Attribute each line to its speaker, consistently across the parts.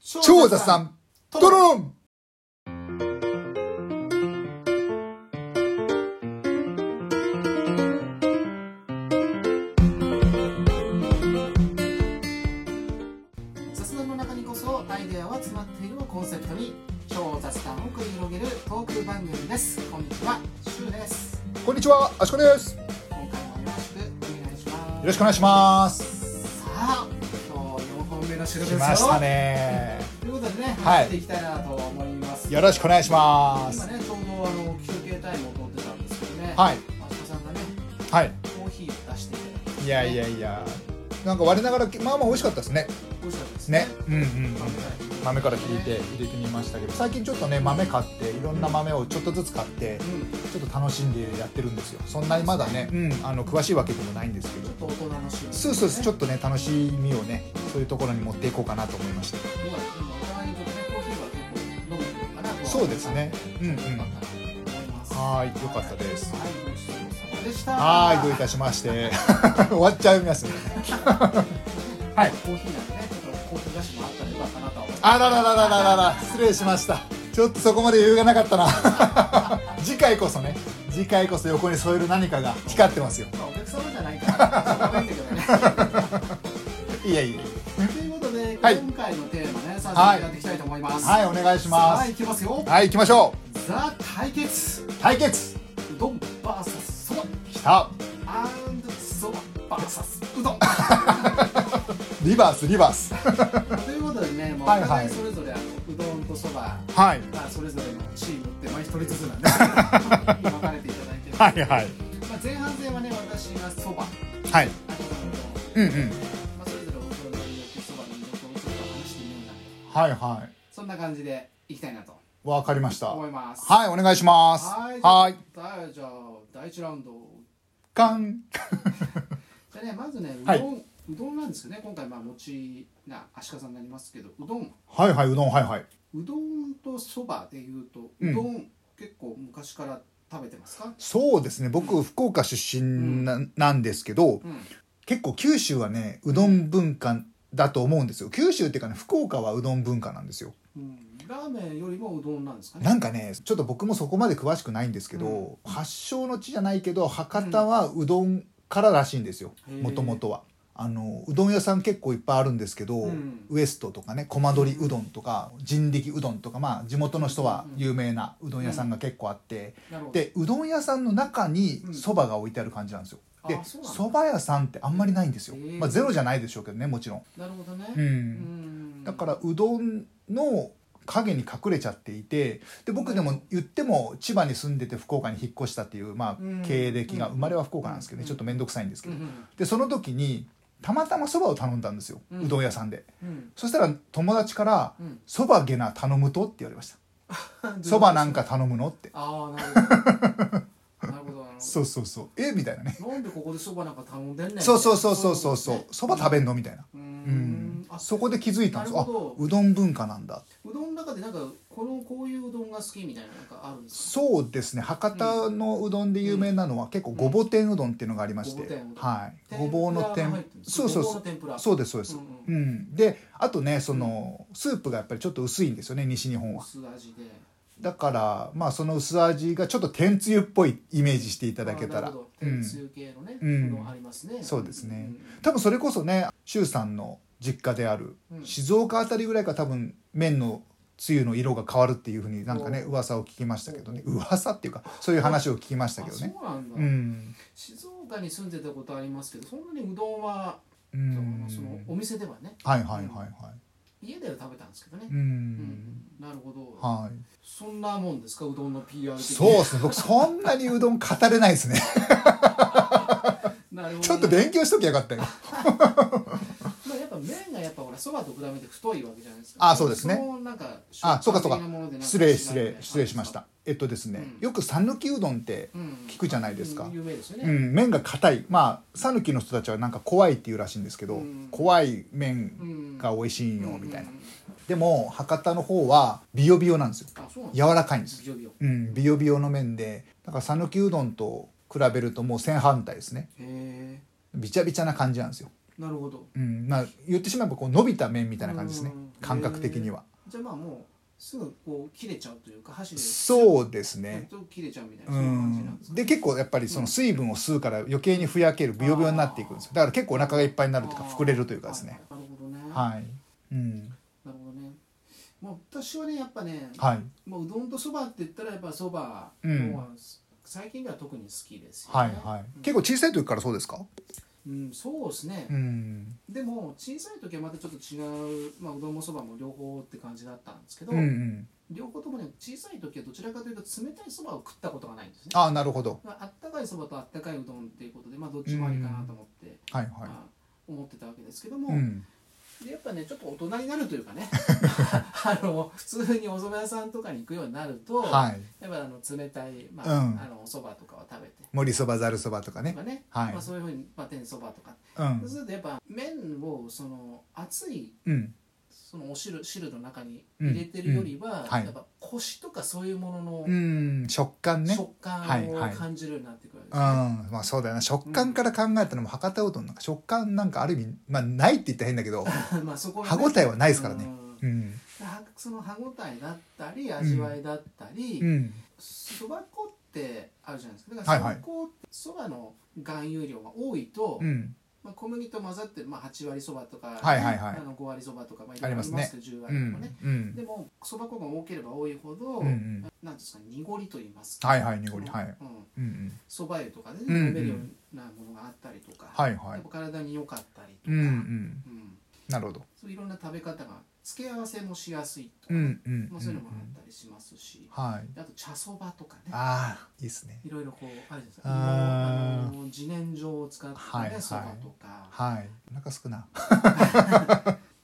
Speaker 1: 超絶賛、ドローン
Speaker 2: 雑談の中にこそアイデアは詰まっているをコンセプトに超雑談を繰り広げるトーク番組ですこんにちはシュウです
Speaker 1: こんにちは、あしこです。よ
Speaker 2: 今回もよろしくお願いします
Speaker 1: ろしくお願いします。
Speaker 2: さあ今日4本目の収録です
Speaker 1: 来
Speaker 2: よ
Speaker 1: ましたね。
Speaker 2: ということでね
Speaker 1: はい
Speaker 2: 話していきたいなと思います、
Speaker 1: よろしくお願いしま
Speaker 2: 今
Speaker 1: す。
Speaker 2: ねちょうどあの休憩タイムを取ってたんですけどね
Speaker 1: はい、
Speaker 2: マシコさんがね
Speaker 1: はい。
Speaker 2: コーヒーを出していただいて
Speaker 1: いやいやいや、なんか我ながら、まあまあ美味しかったですね。
Speaker 2: 美味しかったですね
Speaker 1: ね。うんうんうん。豆から聞いて
Speaker 2: う
Speaker 1: 入れてみましたけど、最近ちょっとね、豆買って、いろんな豆をちょっとずつ買って、
Speaker 2: ん
Speaker 1: ちょっと楽しんでやってるんですよ。そんなにまだね、うん、あの詳しいわけでもないんですけ
Speaker 2: ち
Speaker 1: ど
Speaker 2: ょっ。と大人の趣味
Speaker 1: そうそうそうちょ
Speaker 2: っ
Speaker 1: っとね楽しみをねそういうところに持っていこうかなと思いました
Speaker 2: と今今お互いにとってねコーヒーは結構飲むのかな
Speaker 1: そうですねうんうん
Speaker 2: よかったなと思います
Speaker 1: はーいよかったです
Speaker 2: はいごちそうさまでした
Speaker 1: はーいどういたしまして 終わっちゃいますねはい
Speaker 2: コーヒーなんでねちょっとコーヒー菓子もあったらよかったなとは思います
Speaker 1: あららららららら失礼しましたちょっとそこまで余裕がなかったな 次回こそね次回こそ横に添える何かが光ってますよ
Speaker 2: まあお客様じゃないからしょうがないんだけどね
Speaker 1: いやいや
Speaker 2: ということで、
Speaker 1: はい
Speaker 2: 今回のテーマね、早速やっていきたいと思います。
Speaker 1: はいお願いしま
Speaker 2: さあ、
Speaker 1: す
Speaker 2: いきますよ。
Speaker 1: はい行きましょ
Speaker 2: ザ対決、
Speaker 1: う対決
Speaker 2: うどん VS そば、
Speaker 1: きた
Speaker 2: and そば VS うどん。
Speaker 1: リバースリバース
Speaker 2: ということでね、もうお
Speaker 1: はいはい
Speaker 2: 互いそれぞれあのうどんとそば、
Speaker 1: はい
Speaker 2: まあそれぞれのチームって、まあ一人ずつ なんですけど、分かれていただいてる。
Speaker 1: はいはい
Speaker 2: まあ前半戦はね、私がそば、
Speaker 1: はい
Speaker 2: あとはうどん、
Speaker 1: うんうん
Speaker 2: まあそれぞれおどんの魅力、そばの魅力をちょっと話してみようかな。
Speaker 1: はいはい
Speaker 2: そんな感じでいきたいなと
Speaker 1: わかりました
Speaker 2: 思います。
Speaker 1: はい、お願いします。
Speaker 2: はい
Speaker 1: はい。
Speaker 2: はい、じゃあ第一ラウンド
Speaker 1: ガン。
Speaker 2: じゃあねまずねうどん、
Speaker 1: はいう
Speaker 2: どんなんですけどね今回まあ餅な足利さんになりますけどうどん
Speaker 1: はいはい、うどん、はいはい。
Speaker 2: うどんとそばでいうと
Speaker 1: うん
Speaker 2: うどん、結構昔から食べてますか
Speaker 1: そうですね、僕、福岡出身な,、ん、なんですけど、
Speaker 2: うん
Speaker 1: 結構九州はね、うどん文化だと思うんですよ。九州っていうかね、福岡はうどん文化なんですよ。
Speaker 2: うん、ラーメンよりもうどんなんですかね
Speaker 1: なんかね、ちょっと僕もそこまで詳しくないんですけど、発祥の地じゃないけど、博多はうどんかららしいんですよ、
Speaker 2: へー
Speaker 1: もともとは。あのうどん屋さん結構いっぱいあるんですけど、
Speaker 2: うん
Speaker 1: ウエストとかねコ取りうどんとか人力うどんとかまあ地元の人は有名なうどん屋さんが結構あって、
Speaker 2: なるほど
Speaker 1: でうどん屋さんの中に
Speaker 2: うん
Speaker 1: そばが置いてある感じなんですよ、
Speaker 2: あ
Speaker 1: で
Speaker 2: そうなんだ
Speaker 1: そば屋さんってあんまりないんですよ、
Speaker 2: へー
Speaker 1: まあ、ゼロじゃないでしょうけどねもちろん、
Speaker 2: なるほどね
Speaker 1: うん
Speaker 2: うん
Speaker 1: だからうどんの影に隠れちゃっていてで僕でも言っても千葉に住んでて福岡に引っ越したっていう、ま
Speaker 2: うん
Speaker 1: あ、経歴が
Speaker 2: うん
Speaker 1: 生まれは福岡なんですけどね
Speaker 2: うん
Speaker 1: ちょっと面倒くさいんですけ
Speaker 2: うん
Speaker 1: ど
Speaker 2: うん
Speaker 1: でその時にたまたまそばを頼んだんですよ、
Speaker 2: う
Speaker 1: うんどん屋さんで
Speaker 2: うん
Speaker 1: そしたら友達から
Speaker 2: う
Speaker 1: 「そばげな頼むと?」って言われました「
Speaker 2: ん
Speaker 1: そばなんか頼むの?」って
Speaker 2: ああなるほどなるほどなる
Speaker 1: そうそうそうえみたいなね
Speaker 2: ほどなんでここでそばなんか頼んでんねん
Speaker 1: そうそうそうそうそうそうそば食べ
Speaker 2: ん
Speaker 1: んのみたいな
Speaker 2: う
Speaker 1: うんん
Speaker 2: あ
Speaker 1: そこで気づいたんです
Speaker 2: なる
Speaker 1: あ
Speaker 2: ほど
Speaker 1: うどん文化なんだ
Speaker 2: うどんの中でなんかこのこういううどんが好きみたいななんかあるんですか
Speaker 1: そうですね博多のうどんで有名なのは結構ごぼ天うどんっていうのがありまして、
Speaker 2: ごぼ天うどん
Speaker 1: はいごぼうの
Speaker 2: 天ぷらが入
Speaker 1: 天
Speaker 2: ってるんですか
Speaker 1: そうそ
Speaker 2: ご
Speaker 1: う
Speaker 2: ぼう
Speaker 1: そ
Speaker 2: の天ぷら
Speaker 1: うそうですそうです、
Speaker 2: う
Speaker 1: うんん
Speaker 2: う
Speaker 1: であとねその、スープがやっぱりちょっと薄いんですよね西日本は
Speaker 2: 薄味で
Speaker 1: だからまあその薄味がちょっと天つゆっぽいイメージしていただけた
Speaker 2: あな
Speaker 1: ら
Speaker 2: るほど
Speaker 1: う
Speaker 2: 天
Speaker 1: ん、
Speaker 2: つゆ系のね、
Speaker 1: うん
Speaker 2: うどんありますね
Speaker 1: そうですね
Speaker 2: ん
Speaker 1: 多分それこそね周さんの実家である
Speaker 2: うん
Speaker 1: 静岡あたりぐらいから多分麺のつゆの色が変わるっていうふうになんかね
Speaker 2: お
Speaker 1: 噂を聞きましたけどね噂っていうかそういう話を聞きましたけどね
Speaker 2: あそうなんだ、
Speaker 1: うん
Speaker 2: 静岡に住んでたことありますけどそんなにうどんは、
Speaker 1: う
Speaker 2: その
Speaker 1: ん
Speaker 2: そのお店ではね
Speaker 1: はいはいはいはい
Speaker 2: 家では食べたんですけどね
Speaker 1: う、
Speaker 2: うん
Speaker 1: ん
Speaker 2: なるほど、
Speaker 1: はい
Speaker 2: そんなもんですかうどんの PR 的に
Speaker 1: そうですね僕そんなにうどん語れないですね
Speaker 2: なるほどね
Speaker 1: ちょっと勉強しときゃよかったよ
Speaker 2: まあやっぱ麺がやっぱほらそばと比べて太いわけじゃないですか。
Speaker 1: あそうですね
Speaker 2: のなんか
Speaker 1: あそうかそう
Speaker 2: 食感
Speaker 1: か
Speaker 2: 的なものでなん
Speaker 1: 失礼失礼失礼しまし。
Speaker 2: 違う
Speaker 1: たえっとですね
Speaker 2: うん
Speaker 1: よく讃岐うどんって
Speaker 2: みいな
Speaker 1: 聞くじゃないですか
Speaker 2: うん有名ですよ
Speaker 1: う
Speaker 2: ね。
Speaker 1: ん、麺が硬いまあ讃岐の人たちはなんか怖いっていうらしいんですけど、
Speaker 2: うん
Speaker 1: 怖い麺
Speaker 2: ん
Speaker 1: が美味しいよ
Speaker 2: うん
Speaker 1: みたいな、
Speaker 2: うん
Speaker 1: でも博多の方はビヨビヨなんですよ
Speaker 2: あそうなん
Speaker 1: 柔
Speaker 2: だ。
Speaker 1: らかいんです
Speaker 2: ビヨビヨ。
Speaker 1: うんビヨビヨの麺でだから讃岐うどんと比べるともう正反対ですね
Speaker 2: へえ。
Speaker 1: びちゃびちゃな感じなんですよ、
Speaker 2: なるほど。
Speaker 1: うんまあ、言ってしまえばこう伸びた麺みたいな感じですね
Speaker 2: うん
Speaker 1: 感覚的には
Speaker 2: じゃあまあもうすぐこう切れちゃうというか箸で
Speaker 1: そうです
Speaker 2: う
Speaker 1: ね
Speaker 2: と切れちゃうみたいな
Speaker 1: う
Speaker 2: そういう感じなん
Speaker 1: ん
Speaker 2: ですか
Speaker 1: で結構やっぱりその水分を吸うから余計にふやけるブヨブヨになっていくんですよだから結構お腹がいっぱいになるというか
Speaker 2: あー
Speaker 1: 膨れるというかですね
Speaker 2: はいなるほどね、
Speaker 1: はいうん
Speaker 2: なるほどねまあ私はねやっぱね、
Speaker 1: はい
Speaker 2: まあ、うどんとそばって言ったらやっぱそば
Speaker 1: うん
Speaker 2: のは最近では特に好きですよね、
Speaker 1: はいはい結構小さい時からそうですか
Speaker 2: うん、そうですね
Speaker 1: う、ん
Speaker 2: でも小さい時はまたちょっと違う、まあ、うどんもそばも両方って感じだったんですけど、
Speaker 1: うんうん
Speaker 2: 両方ともね小さい時はどちらかというと冷たいそばを食ったことがないんですね
Speaker 1: ああなるほど
Speaker 2: まああったかいそばとあったかいうどんっていうことで、まあ、どっちもありかなと思って、
Speaker 1: はいは
Speaker 2: まあ思ってたわけですけども、
Speaker 1: いうん
Speaker 2: でやっぱねちょっと大人になるというか ねあの普通にお蕎麦屋さんとかに行くようになると、
Speaker 1: はい
Speaker 2: やっぱあの冷たい、まあ
Speaker 1: うん
Speaker 2: あのお蕎麦とかを食べて
Speaker 1: 盛りそばざるそばとか
Speaker 2: と
Speaker 1: ね
Speaker 2: かね、
Speaker 1: はい
Speaker 2: まあ、そういうふうに、まあ、天そばとか、
Speaker 1: うん
Speaker 2: そうするとやっぱ麺をその熱い
Speaker 1: うん
Speaker 2: そのお汁汁の中に入れてるよりは、
Speaker 1: んはい
Speaker 2: やっぱコシとかそういうものの
Speaker 1: うん食感ね
Speaker 2: 食感
Speaker 1: はい
Speaker 2: を
Speaker 1: はい
Speaker 2: 感じるようになってくるわけです
Speaker 1: う
Speaker 2: ね、
Speaker 1: んまあそうだよな食感から考えたらもう博多うどんなんか食感なんかある意味まあないって言ったら変だけ ど
Speaker 2: まあそこが
Speaker 1: 歯
Speaker 2: ね
Speaker 1: 応えはないですからね
Speaker 2: うん
Speaker 1: うん
Speaker 2: はその歯ごたえだったり味わいだったり、
Speaker 1: うん
Speaker 2: そば粉ってあるじゃないですかだからそ
Speaker 1: はい
Speaker 2: ば
Speaker 1: はい
Speaker 2: 粉そばの含有量が多いと、
Speaker 1: うん
Speaker 2: まあ、小麦と混ざってる、まあ、8割そばとか、
Speaker 1: はいはいはい
Speaker 2: あの5割そばとか、まあ、いろ
Speaker 1: あ
Speaker 2: い
Speaker 1: り
Speaker 2: ろあ
Speaker 1: ま
Speaker 2: り
Speaker 1: す
Speaker 2: ま
Speaker 1: ね
Speaker 2: すけど10
Speaker 1: う
Speaker 2: 割とかね
Speaker 1: ん、うん
Speaker 2: でもそば粉が多ければ多いほど、
Speaker 1: うんうん
Speaker 2: なんですか濁りと言いますか
Speaker 1: はいはい濁りはい
Speaker 2: うん
Speaker 1: うんうん
Speaker 2: そば湯とかで、
Speaker 1: うんうん
Speaker 2: 飲めるようなものがあったりとか、
Speaker 1: はいは
Speaker 2: やっ
Speaker 1: い
Speaker 2: ぱ体に良かったりと
Speaker 1: う
Speaker 2: か、
Speaker 1: んう
Speaker 2: うん
Speaker 1: んなるほど
Speaker 2: そういろんな食べ方が付け合わせもしやすいとか
Speaker 1: う
Speaker 2: ね、
Speaker 1: んうん
Speaker 2: まあ、そういうのもあったりしますし、
Speaker 1: はい
Speaker 2: あと茶そばとかね
Speaker 1: ああいいですね
Speaker 2: いろいろこうあるじゃないですか
Speaker 1: あー
Speaker 2: あの自然薯を使っ
Speaker 1: はい
Speaker 2: た
Speaker 1: は
Speaker 2: ね
Speaker 1: い
Speaker 2: そば、とか、
Speaker 1: はいお腹すくな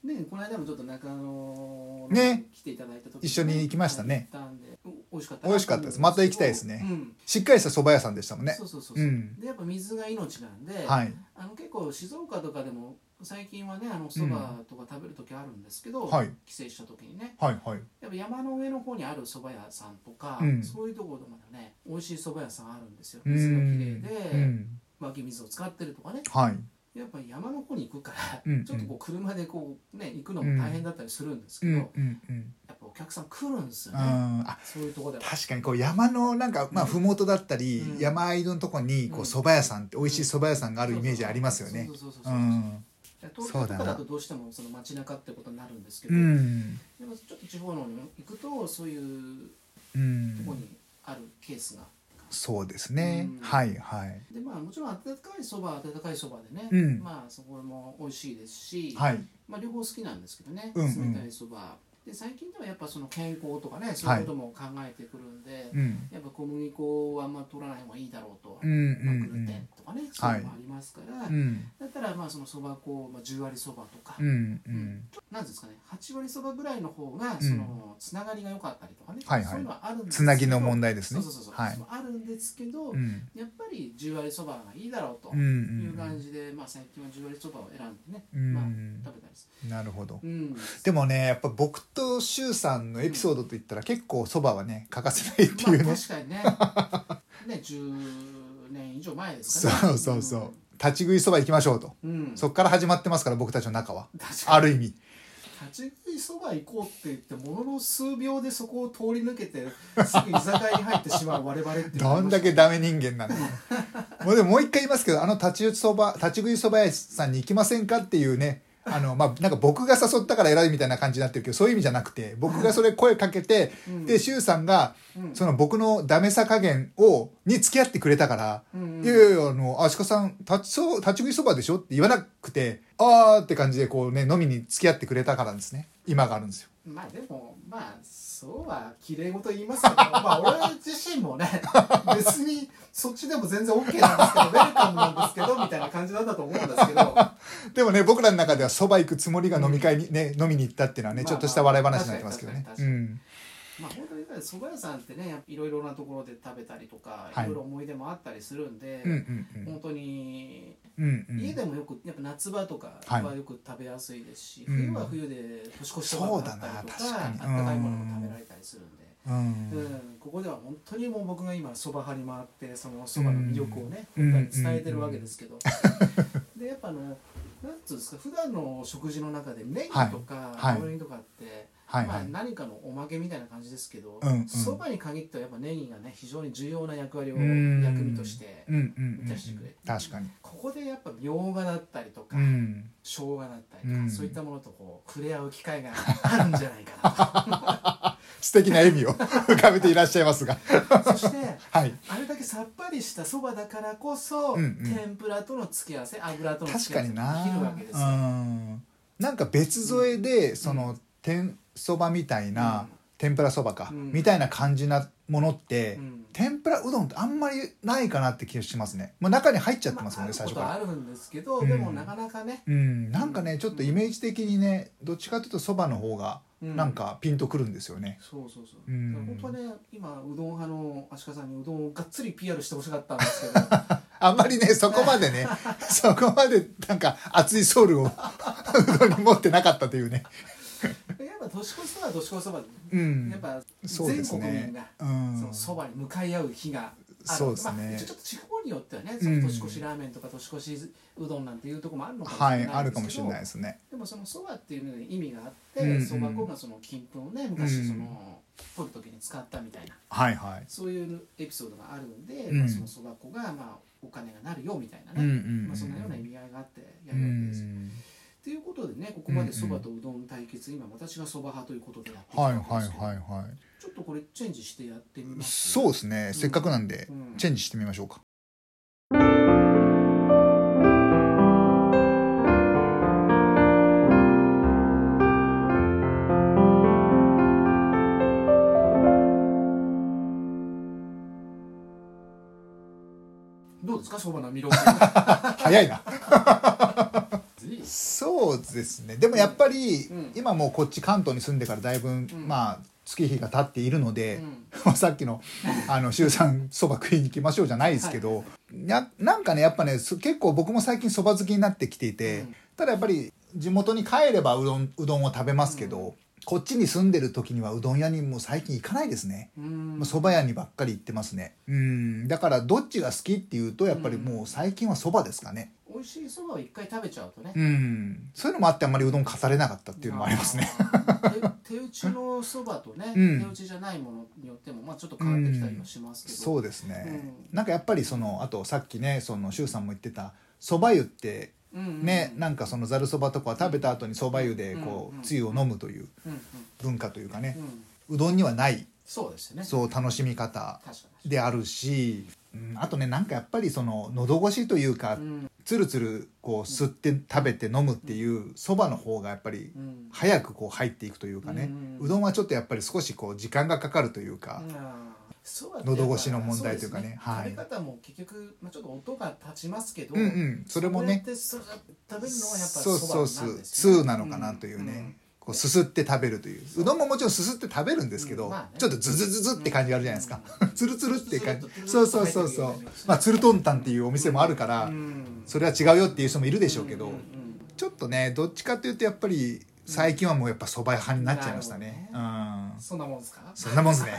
Speaker 2: ねこの間もちょっと中野の
Speaker 1: ね
Speaker 2: 来ていただいた時
Speaker 1: 一緒に行きましたね
Speaker 2: はい行ったんでお美味しかった
Speaker 1: 美味しかったですまた行きたいですね
Speaker 2: うん
Speaker 1: しっかりした蕎麦屋さんでしたもんね
Speaker 2: そうそうそうそう、
Speaker 1: うん
Speaker 2: でやっぱ水が命なんで、
Speaker 1: はい
Speaker 2: あの結構静岡とかでも最近はねあのそばとか食べる時あるんですけど、
Speaker 1: はい
Speaker 2: 帰省した時にね
Speaker 1: はいはい
Speaker 2: やっぱ山の上の方にあるそば屋さんとか、
Speaker 1: うん
Speaker 2: そういうところでもね美味しいそば屋さんあるんですよ
Speaker 1: うん
Speaker 2: 水がきれいで、
Speaker 1: うん
Speaker 2: 湧き水を使ってるとかね
Speaker 1: はい
Speaker 2: やっぱり山の方に行くから、
Speaker 1: うん
Speaker 2: ちょっとこう車でこうね行くのも大変だったりするんですけ
Speaker 1: う
Speaker 2: ど、
Speaker 1: んう
Speaker 2: やっ
Speaker 1: んうん
Speaker 2: ぱお客さん来るんですよ
Speaker 1: う
Speaker 2: ね、
Speaker 1: んあ
Speaker 2: そういうところでは
Speaker 1: 確かにこう山のなんかまあ麓だったり
Speaker 2: うん
Speaker 1: 山あいのとこにこう
Speaker 2: うん
Speaker 1: 蕎麦屋さんって美味しい蕎麦屋さんがあるイメージありますよね
Speaker 2: そうそうそう
Speaker 1: う
Speaker 2: そうそう、
Speaker 1: ん
Speaker 2: 東京とかだとどうしてもその街中ってことになるんですけ
Speaker 1: う
Speaker 2: ど、
Speaker 1: ん
Speaker 2: でもちょっと地方の方に行くとそういうと
Speaker 1: う
Speaker 2: ころ
Speaker 1: ん
Speaker 2: にあるケースが、
Speaker 1: そうですね
Speaker 2: うん
Speaker 1: はいはい
Speaker 2: でまあもちろん温かいそばは温かいそばでね、
Speaker 1: うん
Speaker 2: まあそこも美味しいですし、
Speaker 1: はい
Speaker 2: まあ、両方好きなんですけどね、
Speaker 1: うんうん
Speaker 2: 冷たいそばで最近ではやっぱその健康とかねそういうことも考えてくるんで、
Speaker 1: うん
Speaker 2: やっぱ小麦粉はあんま取らない方がいいだろうと、
Speaker 1: うんう
Speaker 2: まあ、グルテ
Speaker 1: ん
Speaker 2: ンとかね、そういうのもありますから、
Speaker 1: うんうん
Speaker 2: だったらまあそのそば粉、まあ、10割そばとか、
Speaker 1: うんうん
Speaker 2: なんですかね8割そばぐらいの方が
Speaker 1: ん
Speaker 2: そのつながりが良かったりとかね、
Speaker 1: はいはい
Speaker 2: そういうのはあるんです
Speaker 1: つなぎの問題です
Speaker 2: そう
Speaker 1: ね
Speaker 2: そうそうそう、
Speaker 1: はい
Speaker 2: そうあるんですけど、
Speaker 1: うん
Speaker 2: やっぱり10割そばがいいだろうと
Speaker 1: うん
Speaker 2: いう
Speaker 1: う
Speaker 2: 感
Speaker 1: ん
Speaker 2: じで、まあ、最近は10割そばを選んでね、
Speaker 1: うん
Speaker 2: まあ、食べたりす
Speaker 1: なるほど
Speaker 2: る、うん、
Speaker 1: でもねやっぱ僕と周さんのエピソードといったら結構そばはね欠かせないってい
Speaker 2: ま
Speaker 1: うね
Speaker 2: あ、確かにね ね10年以上前ですからね
Speaker 1: そうそうそう立ち食いそば行きましょうと
Speaker 2: うん、うん
Speaker 1: そっから始まってますから僕たちの中は
Speaker 2: 確か
Speaker 1: ある意味
Speaker 2: に立ち食いそば行こうって言ってものの数秒でそこを通り抜けてすぐ居酒屋に入ってしまう我々っていうのがあ
Speaker 1: ど
Speaker 2: りまし
Speaker 1: ん
Speaker 2: たね
Speaker 1: だけダメ人間なんだもうでももう一回言いますけどあの立ち打ちそば立ち食いそば屋さんに行きませんかっていうねあのまあ、なんか僕が誘ったから偉いみたいな感じになってるけどそういう意味じゃなくて僕がそれ声かけて、
Speaker 2: うん
Speaker 1: で周さんが
Speaker 2: うん
Speaker 1: その僕のダメさ加減をに付き合ってくれたから、
Speaker 2: うんうん
Speaker 1: いやいやいやあの、あしかさん、立ちそう、立ち食いそばでしょって言わなくて、あーって感じでこうね、飲みに付き合ってくれたからですね。今があるんですよ。
Speaker 2: まあでもまあそうは綺麗事言いますけどまあ俺自身もね 別にそっちでも全然 OK なんですけどウェルカムなんですけどみたいな感じなんだと思うんですけど
Speaker 1: でもね、僕らの中ではそば行くつもりが飲み会にね、飲みに行ったっていうのはね、
Speaker 2: まあ
Speaker 1: ちょっとした笑い話になってますけどね
Speaker 2: まあ。確
Speaker 1: う
Speaker 2: かに
Speaker 1: ん。
Speaker 2: まあ本当にだから蕎麦屋さんってねやっぱいろいろなところで食べたりとか、
Speaker 1: はい
Speaker 2: い、ろいろ思い出もあったりするんで、
Speaker 1: うんうん
Speaker 2: 本当に
Speaker 1: うん。うんう
Speaker 2: 家
Speaker 1: ん。
Speaker 2: でもよくやっぱ夏場とか
Speaker 1: はい
Speaker 2: はよく食べやすいですし、
Speaker 1: うん
Speaker 2: 冬は冬で年越しそばだったりと
Speaker 1: そうだ
Speaker 2: かあ
Speaker 1: な確
Speaker 2: った
Speaker 1: かに
Speaker 2: かいものも食べられたりするんで。
Speaker 1: うん
Speaker 2: うん、ここでは本当にもう僕が今そば張り回ってそのそばの魅力をね
Speaker 1: うん
Speaker 2: 本当に伝えてるわけですけど、でやっぱあのなんつうんですか普段の食事の中でネギ
Speaker 1: はい
Speaker 2: とか
Speaker 1: はい
Speaker 2: 青ネギとかって、
Speaker 1: はいは
Speaker 2: まあ、
Speaker 1: い、
Speaker 2: 何かのおまけみたいな感じですけど
Speaker 1: うんうん
Speaker 2: そば、に限ってはやっぱネギがね非常に重要な役割を
Speaker 1: う
Speaker 2: 薬
Speaker 1: ん
Speaker 2: 味として
Speaker 1: うんうんうん
Speaker 2: 満たしてくれる
Speaker 1: 確かに
Speaker 2: ここでやっぱみょうがだったりとか、
Speaker 1: うん
Speaker 2: 生姜だったりとか、
Speaker 1: うん
Speaker 2: そういったものとこう触れ合う機会があるんじゃないか
Speaker 1: 素敵な笑みを浮かべていらっしゃいますが
Speaker 2: な とそして
Speaker 1: はい
Speaker 2: あれだけさっぱりしたそばだからこそ、
Speaker 1: うんうん
Speaker 2: 天ぷらとの付け合わせ油との
Speaker 1: 確
Speaker 2: 付け合
Speaker 1: か
Speaker 2: わせが
Speaker 1: にな
Speaker 2: できるわけですよ、
Speaker 1: うんなんか別添えでその天そばみたいな
Speaker 2: うん
Speaker 1: 天ぷらそばか
Speaker 2: うん
Speaker 1: みたいな感じなものって
Speaker 2: うん
Speaker 1: 天ぷらうどんってあんまりないかなって気がしますねもう中に入っちゃって
Speaker 2: ま
Speaker 1: ます
Speaker 2: あ、
Speaker 1: も
Speaker 2: あ
Speaker 1: ん
Speaker 2: る
Speaker 1: ね最
Speaker 2: こ
Speaker 1: 初
Speaker 2: と
Speaker 1: から
Speaker 2: はあるんですけど、
Speaker 1: うん
Speaker 2: でもなかなかね、
Speaker 1: うん、なんかねちょっとイメージ的にねどっちかというとそばの方が
Speaker 2: う
Speaker 1: なんかピンとくるんですよね、
Speaker 2: そうそうそう、
Speaker 1: うん
Speaker 2: だから本当はね今うどん派の足利さんにうどんをがっつり PR してほしかったんですけ ど
Speaker 1: あんまりねそこまで ねそこまでなんか熱いソウルを うどんに持ってなかったというね
Speaker 2: やっぱ年越しそばは年越しそば、
Speaker 1: う
Speaker 2: やっ
Speaker 1: ん
Speaker 2: ぱ
Speaker 1: そう
Speaker 2: 全
Speaker 1: です
Speaker 2: 国民
Speaker 1: ね
Speaker 2: が
Speaker 1: うん
Speaker 2: そのそばに向かい合う日がある
Speaker 1: そうですね
Speaker 2: まあ、ちょっと地方によってはねそ
Speaker 1: うん
Speaker 2: の年越しラーメンとか年越しうどんなんていうとこもあるのかもしれ
Speaker 1: は
Speaker 2: ないんです
Speaker 1: い
Speaker 2: けど、
Speaker 1: あるかもしれないですね
Speaker 2: でもそのそばっていうのに意味があっ
Speaker 1: うんう
Speaker 2: て
Speaker 1: ん
Speaker 2: そば粉がその金粉をね
Speaker 1: う
Speaker 2: 昔
Speaker 1: ん
Speaker 2: その取る時に使ったみたいな
Speaker 1: はいはい
Speaker 2: そういうエピソードがあるんで、
Speaker 1: うん
Speaker 2: まあ、そのそば粉がまあお金がなるよみたいな
Speaker 1: うんうん
Speaker 2: ね、
Speaker 1: うん
Speaker 2: まあ、そんなような意味合いがあってや
Speaker 1: う
Speaker 2: るわけですよ。
Speaker 1: ん
Speaker 2: ということでねここまでそばとうどん対決今私がそば派ということでやってきた
Speaker 1: はい
Speaker 2: わ
Speaker 1: はい
Speaker 2: けですけど、
Speaker 1: はいは
Speaker 2: ちょっとこれチェンジしてやってみ
Speaker 1: い
Speaker 2: ます
Speaker 1: そうですね、せっかくなんで
Speaker 2: うん
Speaker 1: チェンジしてみましょうか
Speaker 2: どうですかそばの 魅力
Speaker 1: 早いない
Speaker 2: いです
Speaker 1: そうですねでもやっぱり、
Speaker 2: うん
Speaker 1: 今もうこっち関東に住んでからだいぶ、
Speaker 2: ん
Speaker 1: まあ月日が経っているので、
Speaker 2: うん
Speaker 1: まあさっきの「あの柊さんそば食いに行きましょう」じゃないですけど、ななんかねやっぱねす結構僕も最近そば好きになってきていて、
Speaker 2: うん
Speaker 1: ただやっぱり地元に帰ればうどんうどんを食べますけど、
Speaker 2: う
Speaker 1: こっちに住んでる時にはうどん屋にもう最近行かないですね。
Speaker 2: うーん
Speaker 1: そば屋にばっかり行ってますねうんだからどっちが好きっていうとやっぱりもう最近はそばですかね
Speaker 2: 美味しいそばを一回食べちゃうとね、
Speaker 1: うんそういうのもあってあんまりうどん語れなかったっていうのもありますね
Speaker 2: あ ー。手手打ちのそばとね、
Speaker 1: うん
Speaker 2: 手打ちじゃないものによってもまあちょっと変わってきたりはしますけど、
Speaker 1: そうですね、
Speaker 2: う
Speaker 1: なんかやっぱりそのあとさっきねその周さんも言ってたそば湯って
Speaker 2: うんうん
Speaker 1: ね、なんかそのざるそばとかは食べた後にそば湯で
Speaker 2: う
Speaker 1: こ
Speaker 2: んうん
Speaker 1: うつゆを飲むという
Speaker 2: うんうん
Speaker 1: 文化というかね
Speaker 2: うん
Speaker 1: うどんにはない
Speaker 2: そうですね。
Speaker 1: そう楽しみ方
Speaker 2: 確かに。
Speaker 1: であるし、うん、あとねなんかやっぱりその喉越しというか
Speaker 2: うん
Speaker 1: つるつるこう吸って食べて飲むっていうそばの方がやっぱり
Speaker 2: うん。
Speaker 1: 早くこう入っていくというかね
Speaker 2: うん
Speaker 1: うどんはちょっとやっぱり少しこう時間がかかるというか喉
Speaker 2: 喉
Speaker 1: 越しの問題というかねはい
Speaker 2: 食べ方も結局、まあ、ちょっと音が立ちますけど、
Speaker 1: うんうんそれもね
Speaker 2: それってそれ食べるのはやっぱ
Speaker 1: そう
Speaker 2: ば
Speaker 1: そう
Speaker 2: なん
Speaker 1: そう
Speaker 2: ですよね
Speaker 1: 通なのかなというね、
Speaker 2: んん
Speaker 1: こうすすって食べるといううどんももちろんすすって食べるんですけど、
Speaker 2: うんまあね
Speaker 1: ちょっとズズズズって感じがあるじゃないですか、
Speaker 2: うん
Speaker 1: つるつるって感じ
Speaker 2: そ
Speaker 1: そううそ
Speaker 2: そう
Speaker 1: う
Speaker 2: つる
Speaker 1: そ
Speaker 2: っと
Speaker 1: う
Speaker 2: つるっと入ってくるよね
Speaker 1: そうまあつるとんたんっていうお店もあるから、
Speaker 2: うん
Speaker 1: それは違うよっていう人もいるでしょうけど、
Speaker 2: んん
Speaker 1: ちょっとねどっちかというとやっぱり最近はもうやっぱそば派になっちゃいましたねう
Speaker 2: なんうんそんなもんです か
Speaker 1: そんなもんですね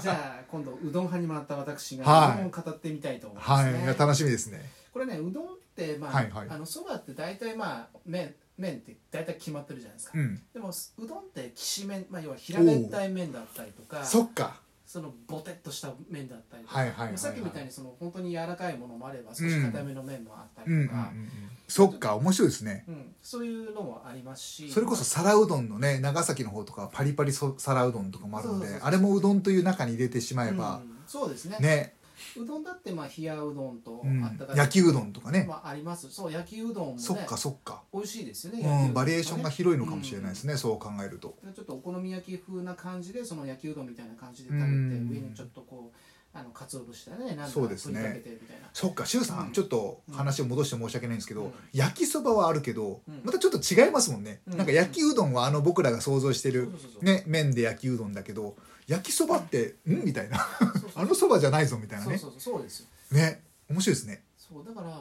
Speaker 2: じゃあ今度うどん派に回った私が
Speaker 1: はいう
Speaker 2: どんを語ってみたいと思います
Speaker 1: は
Speaker 2: ね、
Speaker 1: いいや楽しみですね
Speaker 2: これねうどんってまあ、
Speaker 1: はいはい
Speaker 2: あのそばって大体まあ麺麺って大体決まってるじゃないですか、
Speaker 1: うん
Speaker 2: でもうどんってきしめん、まあ、要は平べったい麺だったりとか
Speaker 1: そ
Speaker 2: そ
Speaker 1: っか
Speaker 2: のボテッとした麺だったりとか、
Speaker 1: はいはいはいはい
Speaker 2: さっきみたいにその本当に柔らかいものもあれば少し硬めの麺もあった
Speaker 1: うんうんう
Speaker 2: り
Speaker 1: ん
Speaker 2: とか、
Speaker 1: うんそっか面白いですね
Speaker 2: うんそういうのもありますし
Speaker 1: それこそ皿うどんのね長崎の方とかはパリパリそ皿うどんとかもあるのであれもうどんという中に入れてしまえば
Speaker 2: う、んそうですね
Speaker 1: ね
Speaker 2: うどんだってまあ冷やうどんと
Speaker 1: うん
Speaker 2: あったかい、
Speaker 1: 焼きうどんとかね、
Speaker 2: まあ、ありますそう焼きうどんもね
Speaker 1: そっかそっか、
Speaker 2: 美味しいですよね、
Speaker 1: う
Speaker 2: 焼きうどんとか
Speaker 1: ん、
Speaker 2: ね
Speaker 1: バリエーションが広いのかもしれないですね、そう考えると
Speaker 2: ちょっとお好み焼き風な感じでその焼きうどんみたいな感じで食べて、
Speaker 1: うん
Speaker 2: 上にちょっとこうあの鰹節だねなんか
Speaker 1: そう
Speaker 2: 振
Speaker 1: で
Speaker 2: り
Speaker 1: す
Speaker 2: か
Speaker 1: ね
Speaker 2: けてみたいな
Speaker 1: そっか周さん、
Speaker 2: うん
Speaker 1: ちょっと話を戻して申し訳ないんですけど、
Speaker 2: うん
Speaker 1: 焼きそばはあるけど、
Speaker 2: うん
Speaker 1: またちょっと違いますもんね、
Speaker 2: うん
Speaker 1: なんか焼きうどんはあの僕らが想像してる、
Speaker 2: そうそうそう
Speaker 1: ね、麺で焼きうどんだけど焼きそばって、んみたいな
Speaker 2: そうそ
Speaker 1: あ
Speaker 2: う
Speaker 1: のそばじゃないぞみたいな
Speaker 2: そう
Speaker 1: ね
Speaker 2: そうそうそうですよ
Speaker 1: ね面白いですね
Speaker 2: そうだから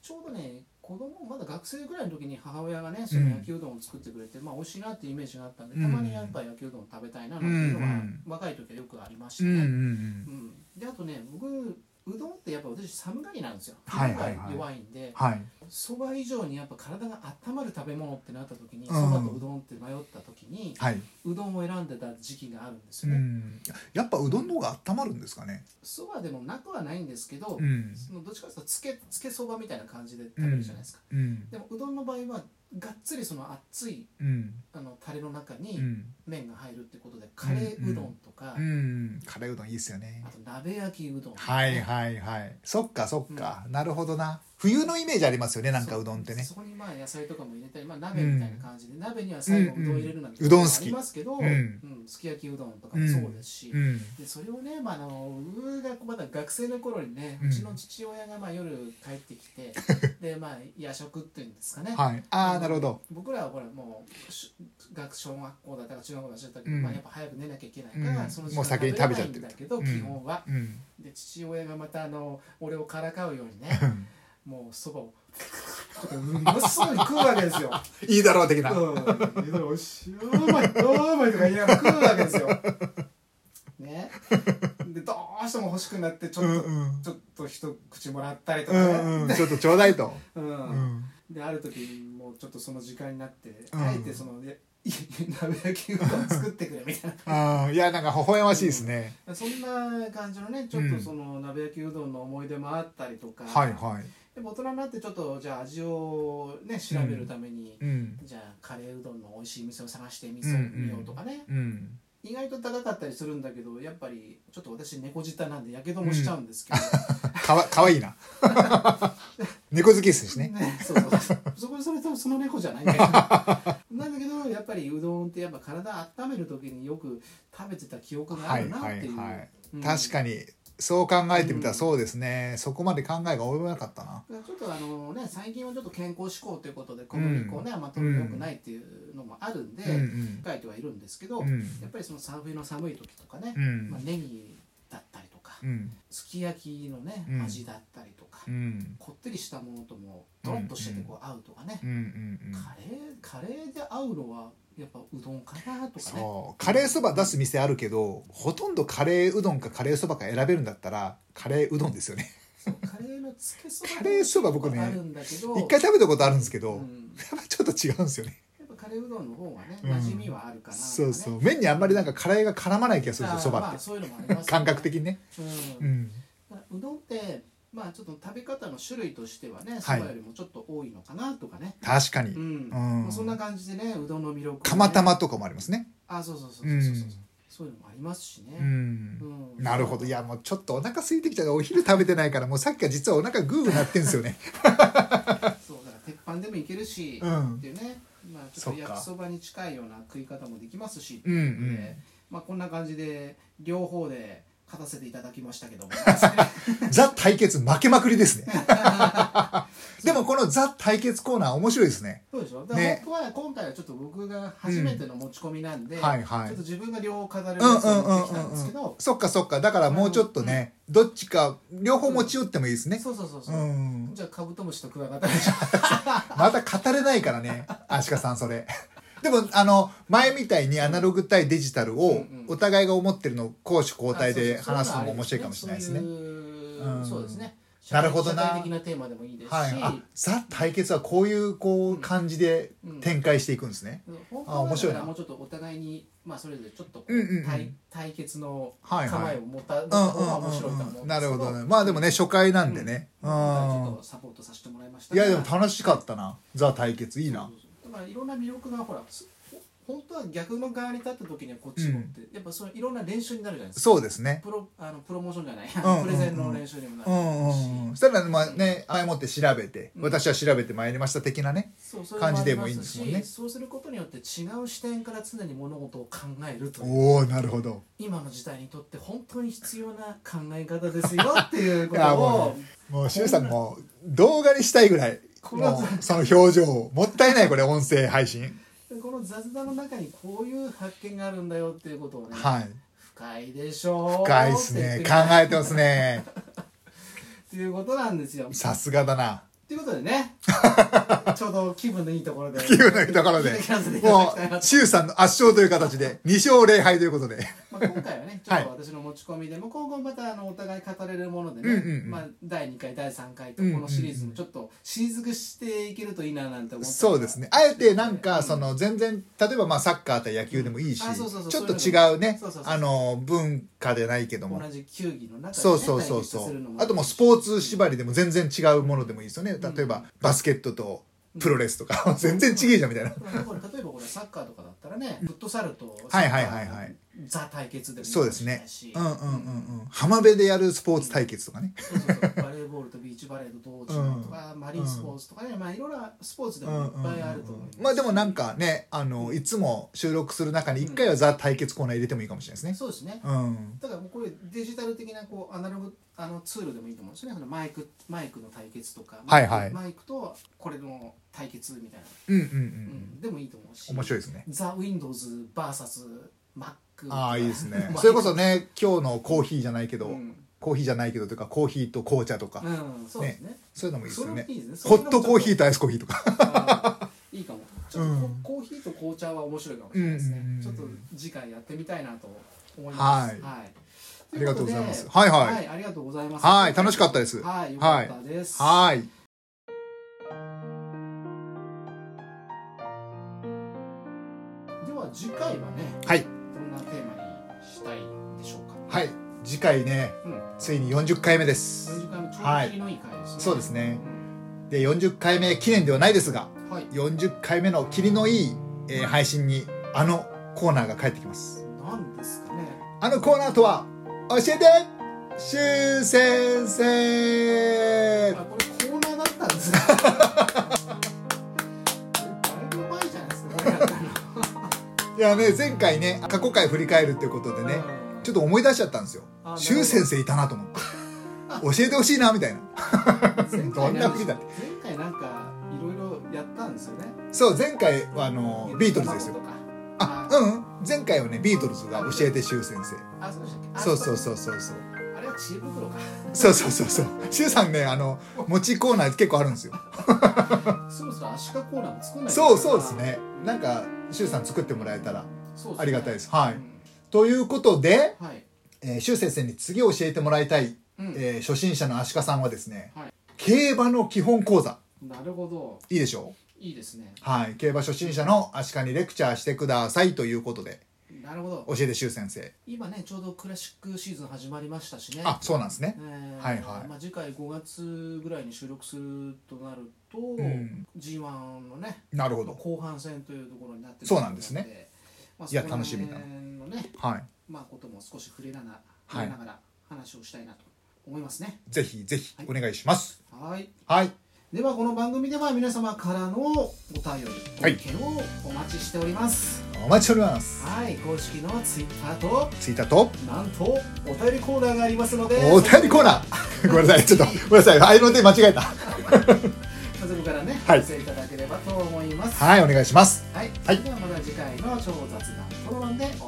Speaker 2: ちょうどね子供まだ学生ぐらいの時に母親がねその焼きうどんを作ってくれて、まあ美味しいなっていうイメージがあったんで、
Speaker 1: うん
Speaker 2: たまにやっぱ焼きうどん食べたいななんていうのが、
Speaker 1: うんうん
Speaker 2: 若い時はよくありました
Speaker 1: うんうん
Speaker 2: ね、
Speaker 1: うん
Speaker 2: うんであとね僕うどんってやっぱ私寒がりなんですよ、
Speaker 1: はいはいはい
Speaker 2: 弱いんで
Speaker 1: はい
Speaker 2: そば以上にやっぱ体が温まる食べ物ってなった時に
Speaker 1: う
Speaker 2: そ
Speaker 1: ん
Speaker 2: ば、とうどんって迷った時に
Speaker 1: はいう
Speaker 2: どんを選んでた時期があるんです
Speaker 1: う
Speaker 2: よね
Speaker 1: んやっぱうどんの方が温まるんですかね
Speaker 2: そば、でもなくはないんですけど、
Speaker 1: うん
Speaker 2: そのどっちかというとつけつけそばみたいな感じで食べるじゃないですか、
Speaker 1: うん
Speaker 2: でもうどんの場合はがっつりその熱い
Speaker 1: うん
Speaker 2: あのタレの中
Speaker 1: う
Speaker 2: に
Speaker 1: ん
Speaker 2: 麺が入るってことでカレーうどんとか、
Speaker 1: うんカレーうどんいいですよね
Speaker 2: あと鍋焼きうどん
Speaker 1: はいはいはいそっかそっか、なるほどな冬のイメージありますよねなんかうどんってね
Speaker 2: そこにまあ野菜とかも入れたり、まあ、鍋みたいな感じで、鍋には最後うどん入れるなんて
Speaker 1: うんうん
Speaker 2: こともありますけど、
Speaker 1: う
Speaker 2: う
Speaker 1: どん好き
Speaker 2: んすき焼きうどんとかもそうですし、
Speaker 1: うん
Speaker 2: でそれをね、まあ、あのうがまだ学生の頃にね、
Speaker 1: う
Speaker 2: うんちの父親がまあ夜帰ってき てで、まあ、夜食っていうんですかね、
Speaker 1: はいああなるほど
Speaker 2: 僕らはこれもうし学小学校だったか中学校だったけど、
Speaker 1: うん
Speaker 2: まあ、やっぱ早く寝なきゃいけないから、
Speaker 1: うん
Speaker 2: その
Speaker 1: もう先に食べちゃっ
Speaker 2: 食べない
Speaker 1: てる
Speaker 2: んだけど、
Speaker 1: うん
Speaker 2: 基本は
Speaker 1: うん
Speaker 2: で父親がまたあの俺をからかうようにねもうそばをうまそうに食うわけですよ。
Speaker 1: いいだろう的な、
Speaker 2: うん、でおいしいおうまいおうまいとか言いながら食うわけですよ。ね。でどうしても欲しくなってちょっと、
Speaker 1: うん
Speaker 2: ちょっと一口もらったりと
Speaker 1: う
Speaker 2: かね。
Speaker 1: んうん、ちょっとちょうだいと、
Speaker 2: うん
Speaker 1: うん、
Speaker 2: である時もうちょっとその時間になって、
Speaker 1: うん
Speaker 2: あえてそのね鍋焼きうどん作ってくれみたいな。
Speaker 1: あーいやなんか微笑ましいですね、
Speaker 2: そんな 感じのねちょっとその鍋焼きうどんの思い出もあったりとか、
Speaker 1: はいはい
Speaker 2: でも大人になってちょっとじゃあ味をね調べるために、
Speaker 1: うん
Speaker 2: じゃあカレーうどんの美味しい店を探してみそう見ようとかね、
Speaker 1: うん
Speaker 2: 意外と高かったりするんだけどやっぱりちょっと私猫舌なんでやけどもしちゃうんですけど、
Speaker 1: かわかわいいな猫好きですし ね
Speaker 2: ねそうそうそうそこそれとその猫じゃないんだけど なんだけどやっぱりうどんってやっぱ体温める時によく食べてた記憶があ
Speaker 1: はい
Speaker 2: るなっ
Speaker 1: は
Speaker 2: てい
Speaker 1: い
Speaker 2: う、
Speaker 1: はい、
Speaker 2: うん
Speaker 1: 確かにそう考えてみたらそうですね、そこまで考えが及ばなかったな
Speaker 2: ちょっとあのね最近はちょっと健康志向ということで小麦粉をね、あんま取るの良くないっていうのもあるんで、
Speaker 1: うん
Speaker 2: 書いてはいるんですけど、
Speaker 1: うんうん
Speaker 2: やっぱりその寒いの寒い時とかね、
Speaker 1: うん
Speaker 2: まあ、ネギだったりとか、
Speaker 1: うん
Speaker 2: すき焼きのね、
Speaker 1: うん
Speaker 2: 味だったりとか、
Speaker 1: うん
Speaker 2: こってりしたものともドロッとしててこう合うとかね、
Speaker 1: うんうんうん
Speaker 2: カレーカレーで合うのはやっぱうどんかなとかね
Speaker 1: そうカレーそば出す店あるけどほとんどカレーうどんかカレーそばか選べるんだったらカレーうどんですよね
Speaker 2: そうカレーのつけそば
Speaker 1: カレーそば僕ね
Speaker 2: あるんだけど
Speaker 1: 一回食べたことあるんですけど、
Speaker 2: うん
Speaker 1: やっぱちょっと違うんですよね
Speaker 2: やっぱカレーうどんの方がね
Speaker 1: うん
Speaker 2: 馴染みはあるかなとかね、
Speaker 1: そうそう麺にあんまりなんかカレーが絡まない気がするんですよそ
Speaker 2: あー
Speaker 1: ば
Speaker 2: まあ
Speaker 1: って、
Speaker 2: そういうのもありますよね
Speaker 1: 感覚的にね
Speaker 2: うん
Speaker 1: うん
Speaker 2: だからうどんってまあちょっと食べ方の種類としてはねそ
Speaker 1: はい
Speaker 2: ばよりもちょっと多いのかなとかね、
Speaker 1: 確か
Speaker 2: う
Speaker 1: に
Speaker 2: ん
Speaker 1: うん
Speaker 2: まあそんな感じでねうどんの魅力をね、
Speaker 1: 釜玉とかもありますね
Speaker 2: あそうそうそうそう
Speaker 1: う
Speaker 2: そ
Speaker 1: ん
Speaker 2: うそう、そういうのもありますし
Speaker 1: う
Speaker 2: ね、
Speaker 1: ん
Speaker 2: うん
Speaker 1: なるほどいやもうちょっとお腹空いてきたからお昼食べてないからもうさっきから実はお腹グーグーなってんですよね
Speaker 2: そうだから鉄板でもいけるし、
Speaker 1: うん
Speaker 2: っていうね、まあ、ちょっと
Speaker 1: そっか
Speaker 2: 焼きそばに近いような食い方もできますし、
Speaker 1: うん
Speaker 2: でまあ、こんな感じで両方で勝たせていただきましたけども
Speaker 1: うんザ対決負けまくりです ねでもこのザ対決コーナー面白いですね
Speaker 2: そうでしょだから
Speaker 1: ね
Speaker 2: 本当は今回はちょっと僕が初めての持ち込みなんで、
Speaker 1: はいはい
Speaker 2: ちょっと自分が両方飾る
Speaker 1: うんう
Speaker 2: や
Speaker 1: ん
Speaker 2: つ
Speaker 1: う
Speaker 2: を
Speaker 1: んう
Speaker 2: 持っ
Speaker 1: ん
Speaker 2: てきたんですけど、
Speaker 1: うんそっかそっかだからもうちょっとねどっちか両方持ち寄ってもいいですね
Speaker 2: そうそうそうそうう、
Speaker 1: ん
Speaker 2: じゃあカブトムシとクワガタでしょ
Speaker 1: また語れないからねアシカさんそれ でもあの前みたいにアナログ対デジタル
Speaker 2: うん
Speaker 1: を
Speaker 2: うん
Speaker 1: お互いが思ってるのを攻守交代で
Speaker 2: あそうそう
Speaker 1: 話すのも面白いかもしれないですね
Speaker 2: そういう
Speaker 1: うん
Speaker 2: そうですね
Speaker 1: なるほどな
Speaker 2: 社会的なテーマでもいいですし、
Speaker 1: はい、あザ対決はこういうこう
Speaker 2: うん
Speaker 1: 感じで展開していくんですね、
Speaker 2: 本当は
Speaker 1: あ面
Speaker 2: だか
Speaker 1: 白いな
Speaker 2: らもうちょっとお互いに、まあ、それぞれちょっとこう、
Speaker 1: うんうんうん
Speaker 2: 対対決の
Speaker 1: は
Speaker 2: 構
Speaker 1: いはい
Speaker 2: えを持た、持っ
Speaker 1: う
Speaker 2: た
Speaker 1: んう
Speaker 2: 方が面
Speaker 1: ん
Speaker 2: 白いと思うんですけ
Speaker 1: うん
Speaker 2: ど、
Speaker 1: うんなるほどねまあでもね初回なんでねう
Speaker 2: うんん、ちょっとサポートさせてもらいました
Speaker 1: い
Speaker 2: が
Speaker 1: やでも楽しかったなザ対決いいな
Speaker 2: そうそうそうだからいろんな魅力がほらすほ本当は逆の側に立った時にはこっちもって、やっぱそのいろんな練習になるじゃないですか
Speaker 1: そうですね
Speaker 2: プロあのプロモーションじゃない、
Speaker 1: んうんうん
Speaker 2: プレゼンの練習にもなるし、
Speaker 1: うんうんうんそしたらまあね前もって調べて
Speaker 2: うん
Speaker 1: 私は調べてまいりました的なね
Speaker 2: そうそれもありま
Speaker 1: 感じでもいいんですもんね
Speaker 2: しそうすることによって違う視点から常に物事を考えるという
Speaker 1: おおなるほど
Speaker 2: 今の時代にとって本当に必要な考え方ですよっていうこ
Speaker 1: いや
Speaker 2: と
Speaker 1: も
Speaker 2: を
Speaker 1: もう柊さんもう動画にしたいぐらい
Speaker 2: この
Speaker 1: もうその表情をもったいないこれ音声配信
Speaker 2: この雑談の中にこういう発見があるんだよっていうことをね、
Speaker 1: はい
Speaker 2: 深いでしょう
Speaker 1: 深いですね
Speaker 2: って
Speaker 1: 考
Speaker 2: 言って
Speaker 1: えてますね
Speaker 2: っていうことなんですよ
Speaker 1: さすがだな
Speaker 2: ということで ねちょうど気分のいいところで
Speaker 1: 気分のいいところで
Speaker 2: 聞かせていただ
Speaker 1: も
Speaker 2: きたいな
Speaker 1: う、
Speaker 2: と
Speaker 1: シュウさんの圧勝という形で、2勝0敗ということで。
Speaker 2: まあ、今回はねちょっと私の持ち込みでも今後またあのお互い語れるものでね、
Speaker 1: うんうんうん
Speaker 2: まあ、第2回第3回とこのシリーズもちょっとシーズンしていけるといいななんて思ってます
Speaker 1: そうですねあえてなんかその全然例えばまあサッカー対野球でもいいし
Speaker 2: あそうそうそう
Speaker 1: ちょっと違うね
Speaker 2: そうそうそう
Speaker 1: あの文化でないけど
Speaker 2: 同
Speaker 1: も
Speaker 2: じ球技の中で、ね、
Speaker 1: そうそうそ
Speaker 2: 対
Speaker 1: う
Speaker 2: 決
Speaker 1: そ
Speaker 2: する
Speaker 1: う
Speaker 2: の
Speaker 1: あともうスポーツ縛りでも全然違うものでもいいですよね
Speaker 2: ん
Speaker 1: 例えばバスケットとプロレスとか 全然違えじゃんみたいな
Speaker 2: だから例えばこれサッカーとかだったらねフットサルと
Speaker 1: はいはいはいはい
Speaker 2: ザ対決でもいい
Speaker 1: そうですね
Speaker 2: し
Speaker 1: うんうんうんうん浜辺でやるスポーツ対決とかね
Speaker 2: そうそうそうバレーボールとビーチバレーと同時とか、マリンスポーツとかね、まあいろいろなスポーツでもいっぱいあると思います、
Speaker 1: まあでもなんかねあのいつも収録する中に1回はザ対決コーナー入れてもいいかもしれないですね
Speaker 2: そうですね
Speaker 1: うん
Speaker 2: だからもうこれデジタル的なこうアナログあのツールでもいいと思うんですよねあのマイクマイクの対決とか、
Speaker 1: はいはい
Speaker 2: マイクとこれの対決みたいな、
Speaker 1: うんうんう
Speaker 2: うん
Speaker 1: ん
Speaker 2: でもいいと思うし
Speaker 1: 面白いですね
Speaker 2: ザ・ウィンドウズ VSMac
Speaker 1: ああいいですね
Speaker 2: まあ
Speaker 1: それこそね今日のコーヒーじゃないけど、
Speaker 2: うん、
Speaker 1: コーヒーじゃないけどというかコーヒーと紅茶とか、
Speaker 2: うん、そうですね
Speaker 1: そういうのもいいですよね
Speaker 2: それもいいですね
Speaker 1: ホットコーヒ
Speaker 2: それもちょっ
Speaker 1: ーとアイスコーヒーとか
Speaker 2: あ ーいいかもちょっとこ、
Speaker 1: うん
Speaker 2: コーヒーと紅茶は面白いかもしれないですね、
Speaker 1: うんうんうん
Speaker 2: ちょっと次回やってみたいなと思います
Speaker 1: はい
Speaker 2: と
Speaker 1: あ
Speaker 2: い
Speaker 1: り
Speaker 2: う
Speaker 1: が
Speaker 2: こと
Speaker 1: うご
Speaker 2: で
Speaker 1: ざいますはいはい
Speaker 2: ありがとうございます
Speaker 1: はい楽しかったです
Speaker 2: はいよかったです、
Speaker 1: はーい
Speaker 2: では次回はね
Speaker 1: はい
Speaker 2: どんなテーマにしたいでしょうか
Speaker 1: はい次回ね
Speaker 2: うん
Speaker 1: ついに40回目です
Speaker 2: 40回もちょうど切りのいい回ですね、
Speaker 1: そうですね
Speaker 2: うん
Speaker 1: で40回目記念ではないですが
Speaker 2: はい
Speaker 1: 40回目の霧のいい、えー配信にあのコーナーが帰ってきます
Speaker 2: 何ですかね
Speaker 1: あのコーナーとは教えてシュウ先生
Speaker 2: あこれコーナーだったんです ねだいぶ前じゃないですかこれやったの
Speaker 1: いやね前回ね過去回振り返るということでね、ちょっと思い出しちゃったんですよ
Speaker 2: あ。
Speaker 1: シュウ先生いたなと思って。教えてほしいなみたいな。どんなふうだって
Speaker 2: 前回なんかいろいろやったんですよね
Speaker 1: そう、前回はあの、ビートルズですよ。あ
Speaker 2: あ、
Speaker 1: うんうん。前回はね、ビートルズが教えてシュウ先生。
Speaker 2: あそうでしたっけあ
Speaker 1: そうそうそうそうそう。
Speaker 2: あれは知恵袋か
Speaker 1: そうそうそうそう。シュウさんね、あ の、持ちコーナー結構あるんですよ。
Speaker 2: そろそろアシカコーナーも作んないと
Speaker 1: そうそうですね。なんか、シュウさん作ってもらえたら
Speaker 2: そうですね
Speaker 1: ありがたいです。は
Speaker 2: う
Speaker 1: い。
Speaker 2: ん
Speaker 1: ということで、
Speaker 2: はい
Speaker 1: えーシュウ先生に次教えてもらいたい、
Speaker 2: うん
Speaker 1: えー初心者のアシカさんはですね
Speaker 2: はい、
Speaker 1: 競馬の基本講座。
Speaker 2: なるほど
Speaker 1: いいでしょう
Speaker 2: いいですね
Speaker 1: はい、競馬初心者のアシカにレクチャーしてくださいということで
Speaker 2: なるほど
Speaker 1: 教えて周先生
Speaker 2: 今ねちょうどクラシックシーズン始まりましたしね
Speaker 1: あそうなんですね
Speaker 2: えー
Speaker 1: はいはい
Speaker 2: まあ、次回5月ぐらいに収録するとなると、
Speaker 1: ん
Speaker 2: G1 のね
Speaker 1: なるほど
Speaker 2: 後半戦というところになってくる
Speaker 1: そうなんですね。
Speaker 2: まあ、
Speaker 1: いや
Speaker 2: そこら
Speaker 1: 楽しみだな
Speaker 2: 辺のね、
Speaker 1: はい
Speaker 2: まあことも少し触れながら、
Speaker 1: はい
Speaker 2: 触れながら話をしたいなと思いますね。
Speaker 1: ぜひぜひお願いします
Speaker 2: はい。
Speaker 1: はい
Speaker 2: ではこの番組では皆様からのお便り、ご
Speaker 1: はい
Speaker 2: 意見をお待ちしております。
Speaker 1: お待ちしております
Speaker 2: はい、公式のツイッターと
Speaker 1: ツイッターと
Speaker 2: なんとお便りコーナーがありますので、
Speaker 1: お便りコーナー ごめんなさいちょっとごめんなさいアイロンで間違えた
Speaker 2: そこからね、
Speaker 1: はい
Speaker 2: お寄せいただければと思います。
Speaker 1: はいお願いします
Speaker 2: はい。
Speaker 1: はい
Speaker 2: それではまた次回の超雑談討論でお会いい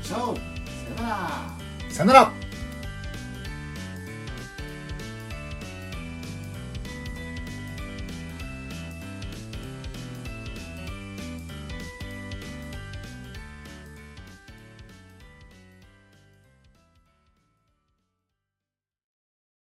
Speaker 2: たしましょう。さよなら。
Speaker 1: さよなら